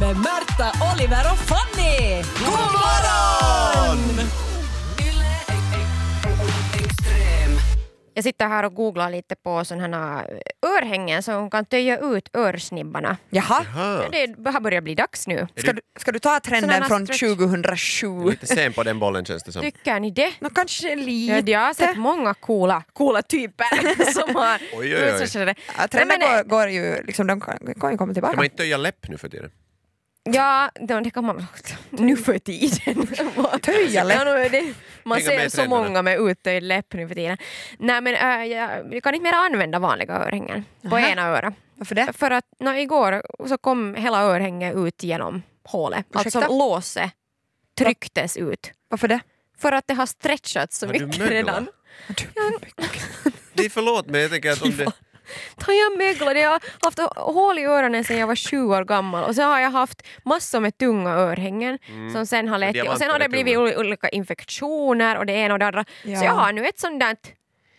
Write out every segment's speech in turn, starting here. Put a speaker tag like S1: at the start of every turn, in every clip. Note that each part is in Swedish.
S1: hälsa Oliver och Fanny! God morgon!
S2: Jag sitter här och googlar lite på sådana här örhängen som kan töja ut örsnibbarna.
S3: Jaha,
S2: Ja, Det har börjat bli dags nu.
S3: ska du, ska du ta
S2: Sån
S3: trenden
S2: här
S3: från
S2: stretch.
S3: 2007?
S4: Lite sen på den bollen känns det som.
S2: Tycker ni det?
S3: Nå kanske
S2: Ja,
S3: lite.
S2: jag har sett många coola, coola typer som har
S4: Oj, oj, oj.
S2: utsorterade.
S3: Ja,
S2: Nej,
S3: trenden
S2: men,
S3: går, går ju, liksom, de kan, kan ju komma
S4: Kan man
S3: tillbaka.
S4: inte töja läpp nu för tiden?
S2: Ja, då- det kan man... Nu för tiden.
S3: Töja läpp.
S2: Ja, nu är det, man
S4: Hänga
S2: ser
S4: med i
S2: så
S4: trenderna.
S2: många med uttöjd läpp nu för tiden. Nej, men äh, jag, jag kan inte mer använda vanliga örhängen på
S3: Aha.
S2: ena örat.
S3: Varför det?
S2: För att nå, igår så kom hela örhänget ut genom hålet.
S3: Ursäkta?
S2: Alltså låset trycktes ut.
S3: Varför det?
S2: För att det har stretchats så
S4: Har du
S2: mycket
S4: möglat?
S2: redan.
S3: typ.
S4: Det är förlåt men jag tänker att om det...
S2: Har jag möglat? Jag har haft hål i öronen sedan jag var sju år gammal och så har jag haft massor med tunga örhängen
S4: Mm.
S2: som sen har lett till, och sen har det
S4: Diamanter är
S2: blivit ol- olika infektioner och det ena och det andra.
S3: Ja.
S2: Så jag har nu ett sånt där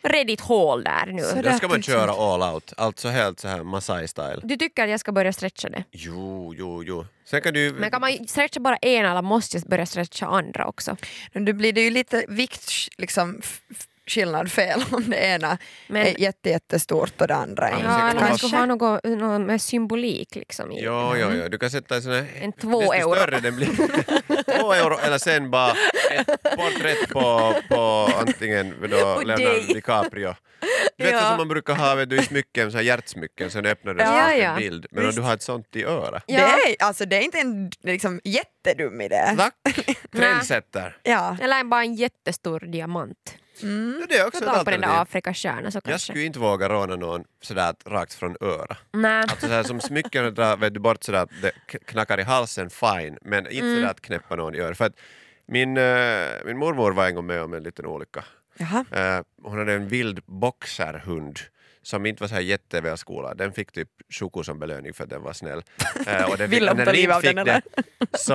S2: redigt hål där nu.
S3: Så-
S4: Då ska man
S3: Rätt,
S4: köra all out. Alltså helt så här Masai-style.
S2: Du tycker att jag ska börja stretcha det?
S4: Jo, jo, jo. Sen kan du...
S2: Men kan man stretcha bara ena eller måste jag börja stretcha andra också?
S3: Nu blir det ju lite vikt, liksom, f- f- skillnad fel om det ena
S2: Men-
S3: är jätte, jättestort och det andra
S4: Ja,
S3: är
S4: men
S2: Ja, eller man
S4: vara-
S2: skulle ha något, något med symbolik liksom. i
S4: Ja, ja, ja. Du kan sätta en sån här...
S2: En två
S4: Desto
S2: euro.
S4: större den blir. två euro eller sen bara ett porträtt på, på antingen då
S2: Och
S4: Leonardo
S2: dig.
S4: DiCaprio. Du vet
S2: Ja.
S4: så som man brukar ha vet du, i smycken, så här hjärtsmycken, sen öppnar det
S2: Ja,
S4: ja, en
S2: ja.
S4: bild. Men om
S3: Visst.
S4: du har ett sånt i örat.
S2: Ja.
S3: Det, är, alltså, det är inte en liksom, jättedum idé.
S4: Tack! Trendsetter.
S3: Ja. Mm.
S2: Eller bara en jättestor diamant.
S4: Ja, det är också
S2: Få
S4: ett
S2: tag på den där
S4: alternativ.
S2: Afrikastjärnan så
S4: Jag
S2: kanske.
S4: skulle inte våga råna någon sådär att rakt från öra.
S2: Nej.
S4: Alltså sådär som smycken drar vet du bort sådär att det k- knackar i halsen, fine, men inte
S3: Mm.
S4: sådär att knäppa någon i örat. För att min, eh, min mormor var en gång med om en liten olycka.
S3: Jaha.
S4: Eh, hon hade en vild boxerhund som inte var så här jättevälskolad. Den fick typ choko som belöning för att den var snäll. Eh, och den
S3: Vill de ta liv av den, eller?
S4: det så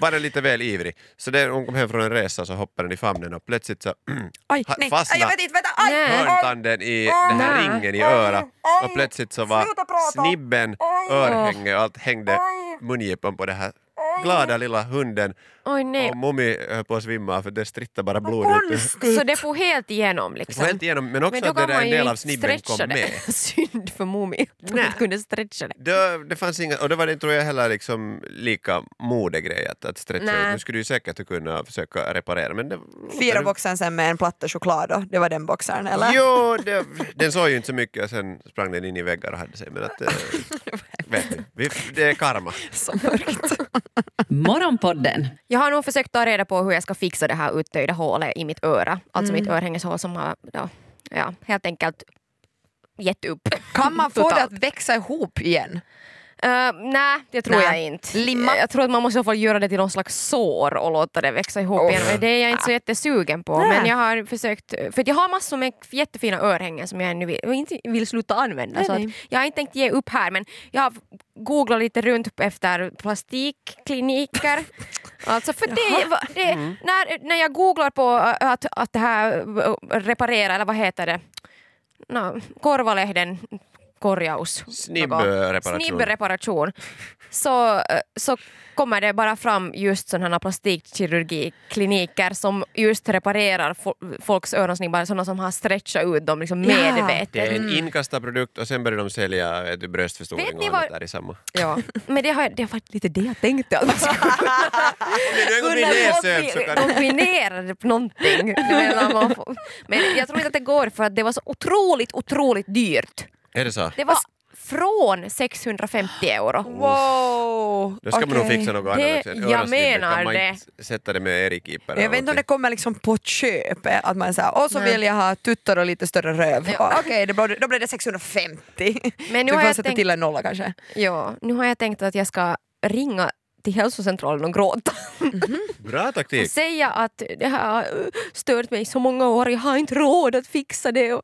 S4: var den lite väl ivrig. Så när hon kom hem från en resa så hoppade den i famnen och plötsligt så
S3: Aj,
S4: Ha-
S3: nej,
S4: fastna.
S3: aj, vänta, inte, vänta, aj!
S2: Nej.
S4: hörntanden i den här
S2: Aj.
S4: ringen i
S3: Aj.
S4: örat
S3: Aj.
S4: och plötsligt så var
S3: Sluta prata.
S4: snibben,
S3: Aj.
S4: örhänge och allt hängde
S3: Aj.
S4: mungipan på den här glada lilla hunden
S2: Oj nej.
S4: och Mummi höll på att svimma för det strittade bara blod ut.
S2: Så det får helt igenom liksom.
S4: Och helt igenom, men också
S2: Men då
S4: att det
S2: kan
S4: där
S2: man
S4: en
S2: ju
S4: del av
S2: inte
S4: snibben kom
S2: stretcha
S4: med.
S2: det. Synd för Mumin att hon
S4: Nej.
S2: inte kunde stretcha det.
S4: Det, det fanns inga, och det var det tror jag heller liksom lika modegrej att, att stretcha
S2: Nej.
S4: ut. Nu skulle du ju säkert kunna försöka reparera men det...
S3: Fyra boxen sen med en platta choklad då. det var den boxaren eller?
S4: Jo, det, den såg ju inte så mycket och sen sprang den in i väggar och hade sig men att... eh, vet ni, vi, det är karma.
S3: Så mörkt.
S1: Morgonpodden
S2: Jag har nog försökt ta reda på hur jag ska fixa det här uttöjda hålet i mitt öra. Alltså
S4: Mm.
S2: mitt örhängeshål som har då, ja, helt enkelt gett upp.
S3: Kan man få det
S2: Totalt.
S3: att växa ihop igen?
S2: Eh, nej, det tror
S3: Nej.
S2: jag inte. Eh,
S3: Limma?
S2: Jag tror att man måste i så fall göra det till någon slags sår och låta det växa ihop
S3: Oh.
S2: igen. Och det är jag inte så jättesugen på.
S3: Nej.
S2: Men jag har försökt, eh, för att jag har massor med jättefina örhängen som jag ännu vill, och inte vill sluta använda.
S3: Nej,
S2: så att
S3: nej.
S2: jag har inte tänkt ge upp här men jag har googlat lite runt efter plastikkliniker. Alltså för det, det
S3: Mm.
S2: när, när jag googlar på äh, att, att det här äh, reparera, eller vad heter det, no, korvalehden korjaus.
S4: Snibbreparation.
S2: Snibbreparation. Så, äh, så kommer det bara fram just sådana plastikkirurgikliniker som just reparerar fo- folks öronsnibbar, sådana som har stretchat ut dem liksom
S3: Ja.
S2: medvetet.
S4: Det är en inkastad produkt och sen börjar de sälja vet du, bröstförstoring
S2: Mm. Vet
S4: och
S2: ni
S4: annat
S2: vad-
S4: där i samma.
S2: Ja, men det har, det har varit lite det jag tänkte. Att man skulle
S4: Om ni läser så kan ni-
S2: dominera någonting. Du menar, man får- Men jag tror inte att det går för att det var så otroligt, otroligt dyrt.
S4: Är det så?
S2: Det
S3: Alltså-
S2: var från 650
S3: Oh.
S2: euro.
S3: Wow!
S4: Då ska man nog
S3: Okej.
S4: fixa något
S2: Det-
S4: annat. En
S2: jag
S4: öronsnibbe
S2: menar
S4: kan man
S2: det.
S4: inte sätta det med erikipare.
S3: Jag vet inte om det kommer liksom på köpet, att man säger och så
S2: Nej.
S3: vill jag ha tuttar och lite större röv.
S2: Ja.
S3: Och Okej, det blir- då blev det 650.
S2: Men
S3: du
S2: nu har
S3: får
S2: jag
S3: sätta
S2: tänkt-
S3: till en nolla kanske.
S2: Ja, nu har jag tänkt att jag ska ringa till hälsocentralen och gråta.
S4: Bra taktik!
S2: Säga att det här har uh, stört mig i så många år, jag har inte råd att fixa det. Och,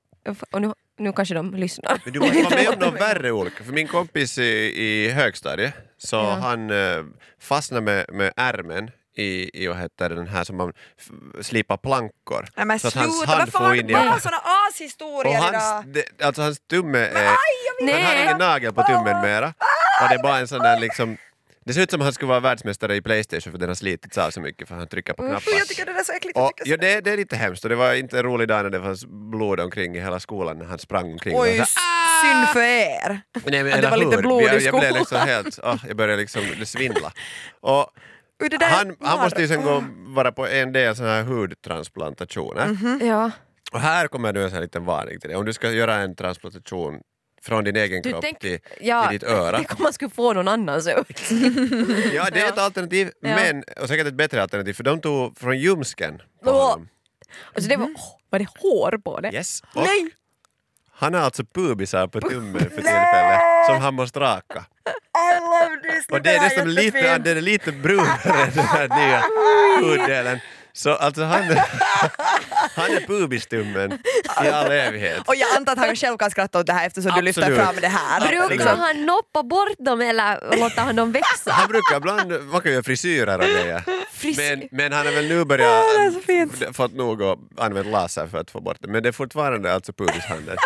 S2: och nu, nu kanske de lyssnar.
S4: Men du måste vara med om någon värre olycka. För min kompis i, i högstadiet, så
S2: Ja.
S4: han eh, fastnade med, med ärmen i, i vad heter det, den här som man f- slipar plankor.
S3: Nej men
S4: så att
S3: sluta,
S4: hans hand
S3: varför
S4: får
S3: har
S4: in
S3: du
S4: i...
S3: bara såna
S4: Och
S3: ashistorier idag?
S4: hans, det, alltså hans tumme är...
S3: aj, jag vill
S4: han har
S2: Nej.
S4: ingen nagel på tummen mera. Och det är bara en sån där liksom Det ser ut som att han skulle vara världsmästare i Playstation för den har slitits av så mycket för han trycker på knappar.
S3: Jag tycker det där är så äckligt.
S4: Och,
S3: jag tycker
S4: ja, det, det är lite hemskt och det var inte en rolig dag när det fanns blod omkring i hela skolan när han sprang omkring. och
S3: Oj,
S4: så- "Ah!"
S3: s- synd för er.
S4: Nej,
S3: Att
S4: men,
S3: det
S4: eller
S3: var lite
S4: hur?
S3: blod i
S4: jag, jag blev
S3: skolan.
S4: liksom helt, ah, jag började liksom svindla. Och
S3: Oj, det där Mm.
S4: han, han
S3: var-
S4: måste ju sen gå vara på en del såna här hudtransplantationer.
S3: Mhm.
S2: Ja.
S4: Och här kommer nu en sån här liten varning till dig. Om du ska göra en transplantation från din egen
S2: Du
S4: kropp
S2: tänk-
S4: till,
S2: Ja,
S4: till ditt öra.
S2: Tänk om man skulle få någon annan så.
S4: Ja, det är ett alternativ,
S2: Ja.
S4: men och säkert ett bättre alternativ för de tog från ljumsken på
S2: Åh.
S4: honom.
S2: Alltså det var, åh, var det hår på det?
S4: Yes. Och Han har alltså pubisar på tummen för tillfället som han måste raka.
S3: I love this!
S4: Och det är nästan lite, den är lite brunare den här nya huddelen. Så alltså han, han är pubistummen i all evighet.
S3: Och jag antar att han själv kan skratta åt det här eftersom du lyfter
S4: Absolut.
S3: fram det här.
S2: Brukar
S4: Liksom.
S2: han noppa bort dem eller låter han dem växa?
S4: Han brukar ibland, man kan ju göra frisyrer av det ja.
S2: Frisyr-
S4: men, men han har väl nu börjat,
S3: är så fint.
S4: f- fått nog och använt laser för att få bort det. Men det är fortfarande alltså pubishandel.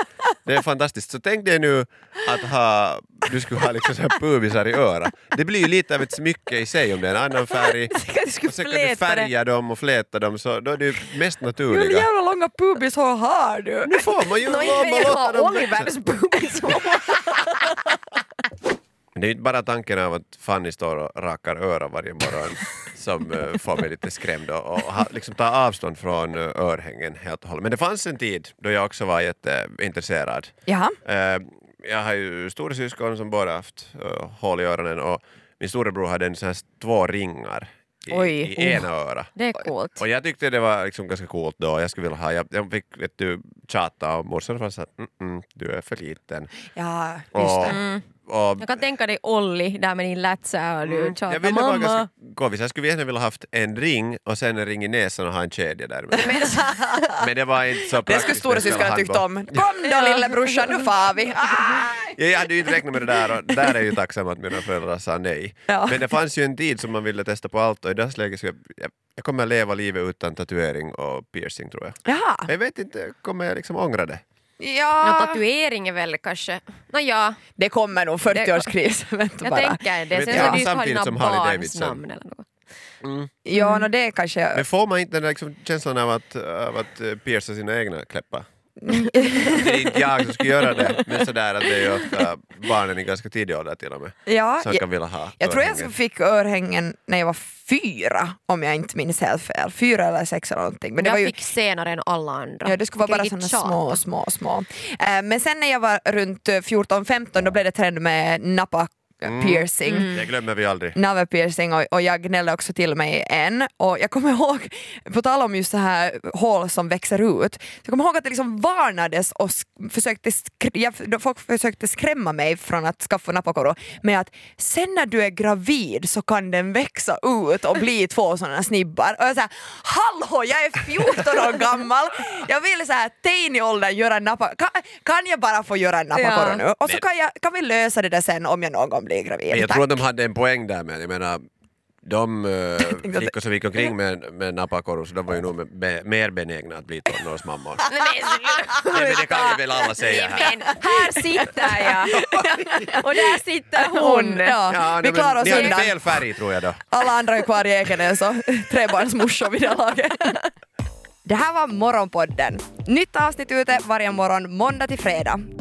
S4: Det är fantastiskt. Så tänk dig nu att ha, du skulle ha liksom så här pubisar i örat. Det blir ju lite av ett smycke i sig om det är en annan färg.
S2: Tänk att du skulle
S4: Och sen kan du
S2: fleta det.
S4: färga dem och fläta dem så då är det ju mest
S3: Hur
S4: naturliga.
S3: jävla långa pubishår har du?
S4: Nu får man ju
S2: Nå
S4: man
S2: inte vill jag
S4: låter
S2: ha
S4: dem växa.
S2: Olivers boobies.
S4: Men Det är ju inte bara tanken av att Fanny står och rakar öron varje morgon som eh, får mig lite skrämd och, och ha, liksom ta avstånd från eh, örhängen helt och hållet. Men det fanns en tid då jag också var jätteintresserad.
S3: Jaha.
S4: Eh, jag har ju storasyskon som båda haft uh, hål i öronen och min storebror hade en sån här s- två ringar i,
S2: Oj, oh.
S4: i ena örat.
S2: Det är coolt.
S4: Och jag tyckte det var liksom ganska coolt då, jag skulle vilja ha, jag, jag fick vet du, tjata och morsan var såhär mm, mm, du är för liten.
S3: Ja, just
S4: Och,
S3: det.
S4: och,
S2: Mm. Jag kan tänka dig Olli där med din lätsa och du
S4: jag
S2: tjatar
S4: ville vara
S2: mamma.
S4: ganska govis, jag skulle gärna vilja haft en ring och sen en ring i näsan och ha en kedja där. Men det var inte så praktiskt.
S3: Det skulle storasyskonen
S4: när jag
S3: tyckt
S4: spelade
S3: om. Kom då lillebrorsan, nu far vi! Ah!
S4: handboll. Jag hade ju inte räknat med det där och där är jag ju tacksam att mina föräldrar sa nej.
S3: Ja.
S4: Men det fanns ju en tid som man ville testa på allt och i dagsläget så jag, jag, jag kommer leva livet utan tatuering och piercing tror jag.
S3: Jaha.
S4: Men Jag vet inte, kommer jag liksom ångra det?
S2: Nå,
S3: Ja,
S2: tatuering är väl kanske... Nåja,
S3: det kommer nog 40-årskris. Vänta
S2: jag
S3: bara.
S2: tänker det.
S4: vet
S2: Sen
S4: jag.
S2: så du har
S4: Samtidigt
S2: dina
S4: som Harley
S2: barns
S4: Davidson.
S2: namn eller något.
S3: Ja, no, det kanske
S4: Men får man inte den där liksom känslan av att, av att eh, pierca sina egna kläppar? det är inte jag som ska göra det, men sådär att det är ju ofta barnen i ganska tidig ålder till och med
S3: Ja,
S4: som
S3: jag-
S4: kan vilja ha
S3: Jag tror jag
S4: örhängen.
S3: fick örhängen när jag var fyra, om jag inte minns helt fel. Fyra eller sex eller någonting. Men det
S2: jag
S3: var ju,
S2: fick senare än alla andra.
S3: ja, det skulle vara bara
S2: Vilket
S3: såna
S2: tjat.
S3: små, små, små. Eh, men sen när jag var runt 14-15 då blev det trend med nappa Mm. piercing.
S4: Det glömmer vi aldrig.
S3: Mm. navelpiercing och, och jag gnällde också till mig en och jag kommer ihåg, på tal om just så här hål som växer ut, så jag kommer ihåg att det liksom varnades och sk- försökte skr- jag, de- folk försökte skrämma mig från att skaffa napakorro med att sen när du är gravid så kan den växa ut och bli två sådana snibbar och jag säger hallå jag är 14 år gammal, jag vill så här tein i åldern göra en nappa, kan, kan jag bara få göra en napakorro
S2: Ja.
S3: nu? Och så kan, jag, kan vi lösa det där sen om jag någon gång blir gravid.
S4: Men jag
S3: Tack.
S4: tror att de hade en poäng där med, jag menar de uh, flickor som gick omkring med, med napakorv så de var ju nog med, med, mer benägna att bli tonårsmammor.
S2: Nej, men sluta.
S4: Nej, men det kan vi väl alla säga här.
S2: Nej, men här sitter jag och där sitter hon.
S3: Hon, ja.
S4: Ja,
S3: vi
S4: nej, men
S3: klarar oss
S4: ni hade
S3: undan.
S4: fel färg tror jag då.
S3: Alla andra är kvar i Ekenäs och trebarnsmorsor vid det laget. Det här var Morgonpodden. Nytt avsnitt ute varje morgon måndag till fredag.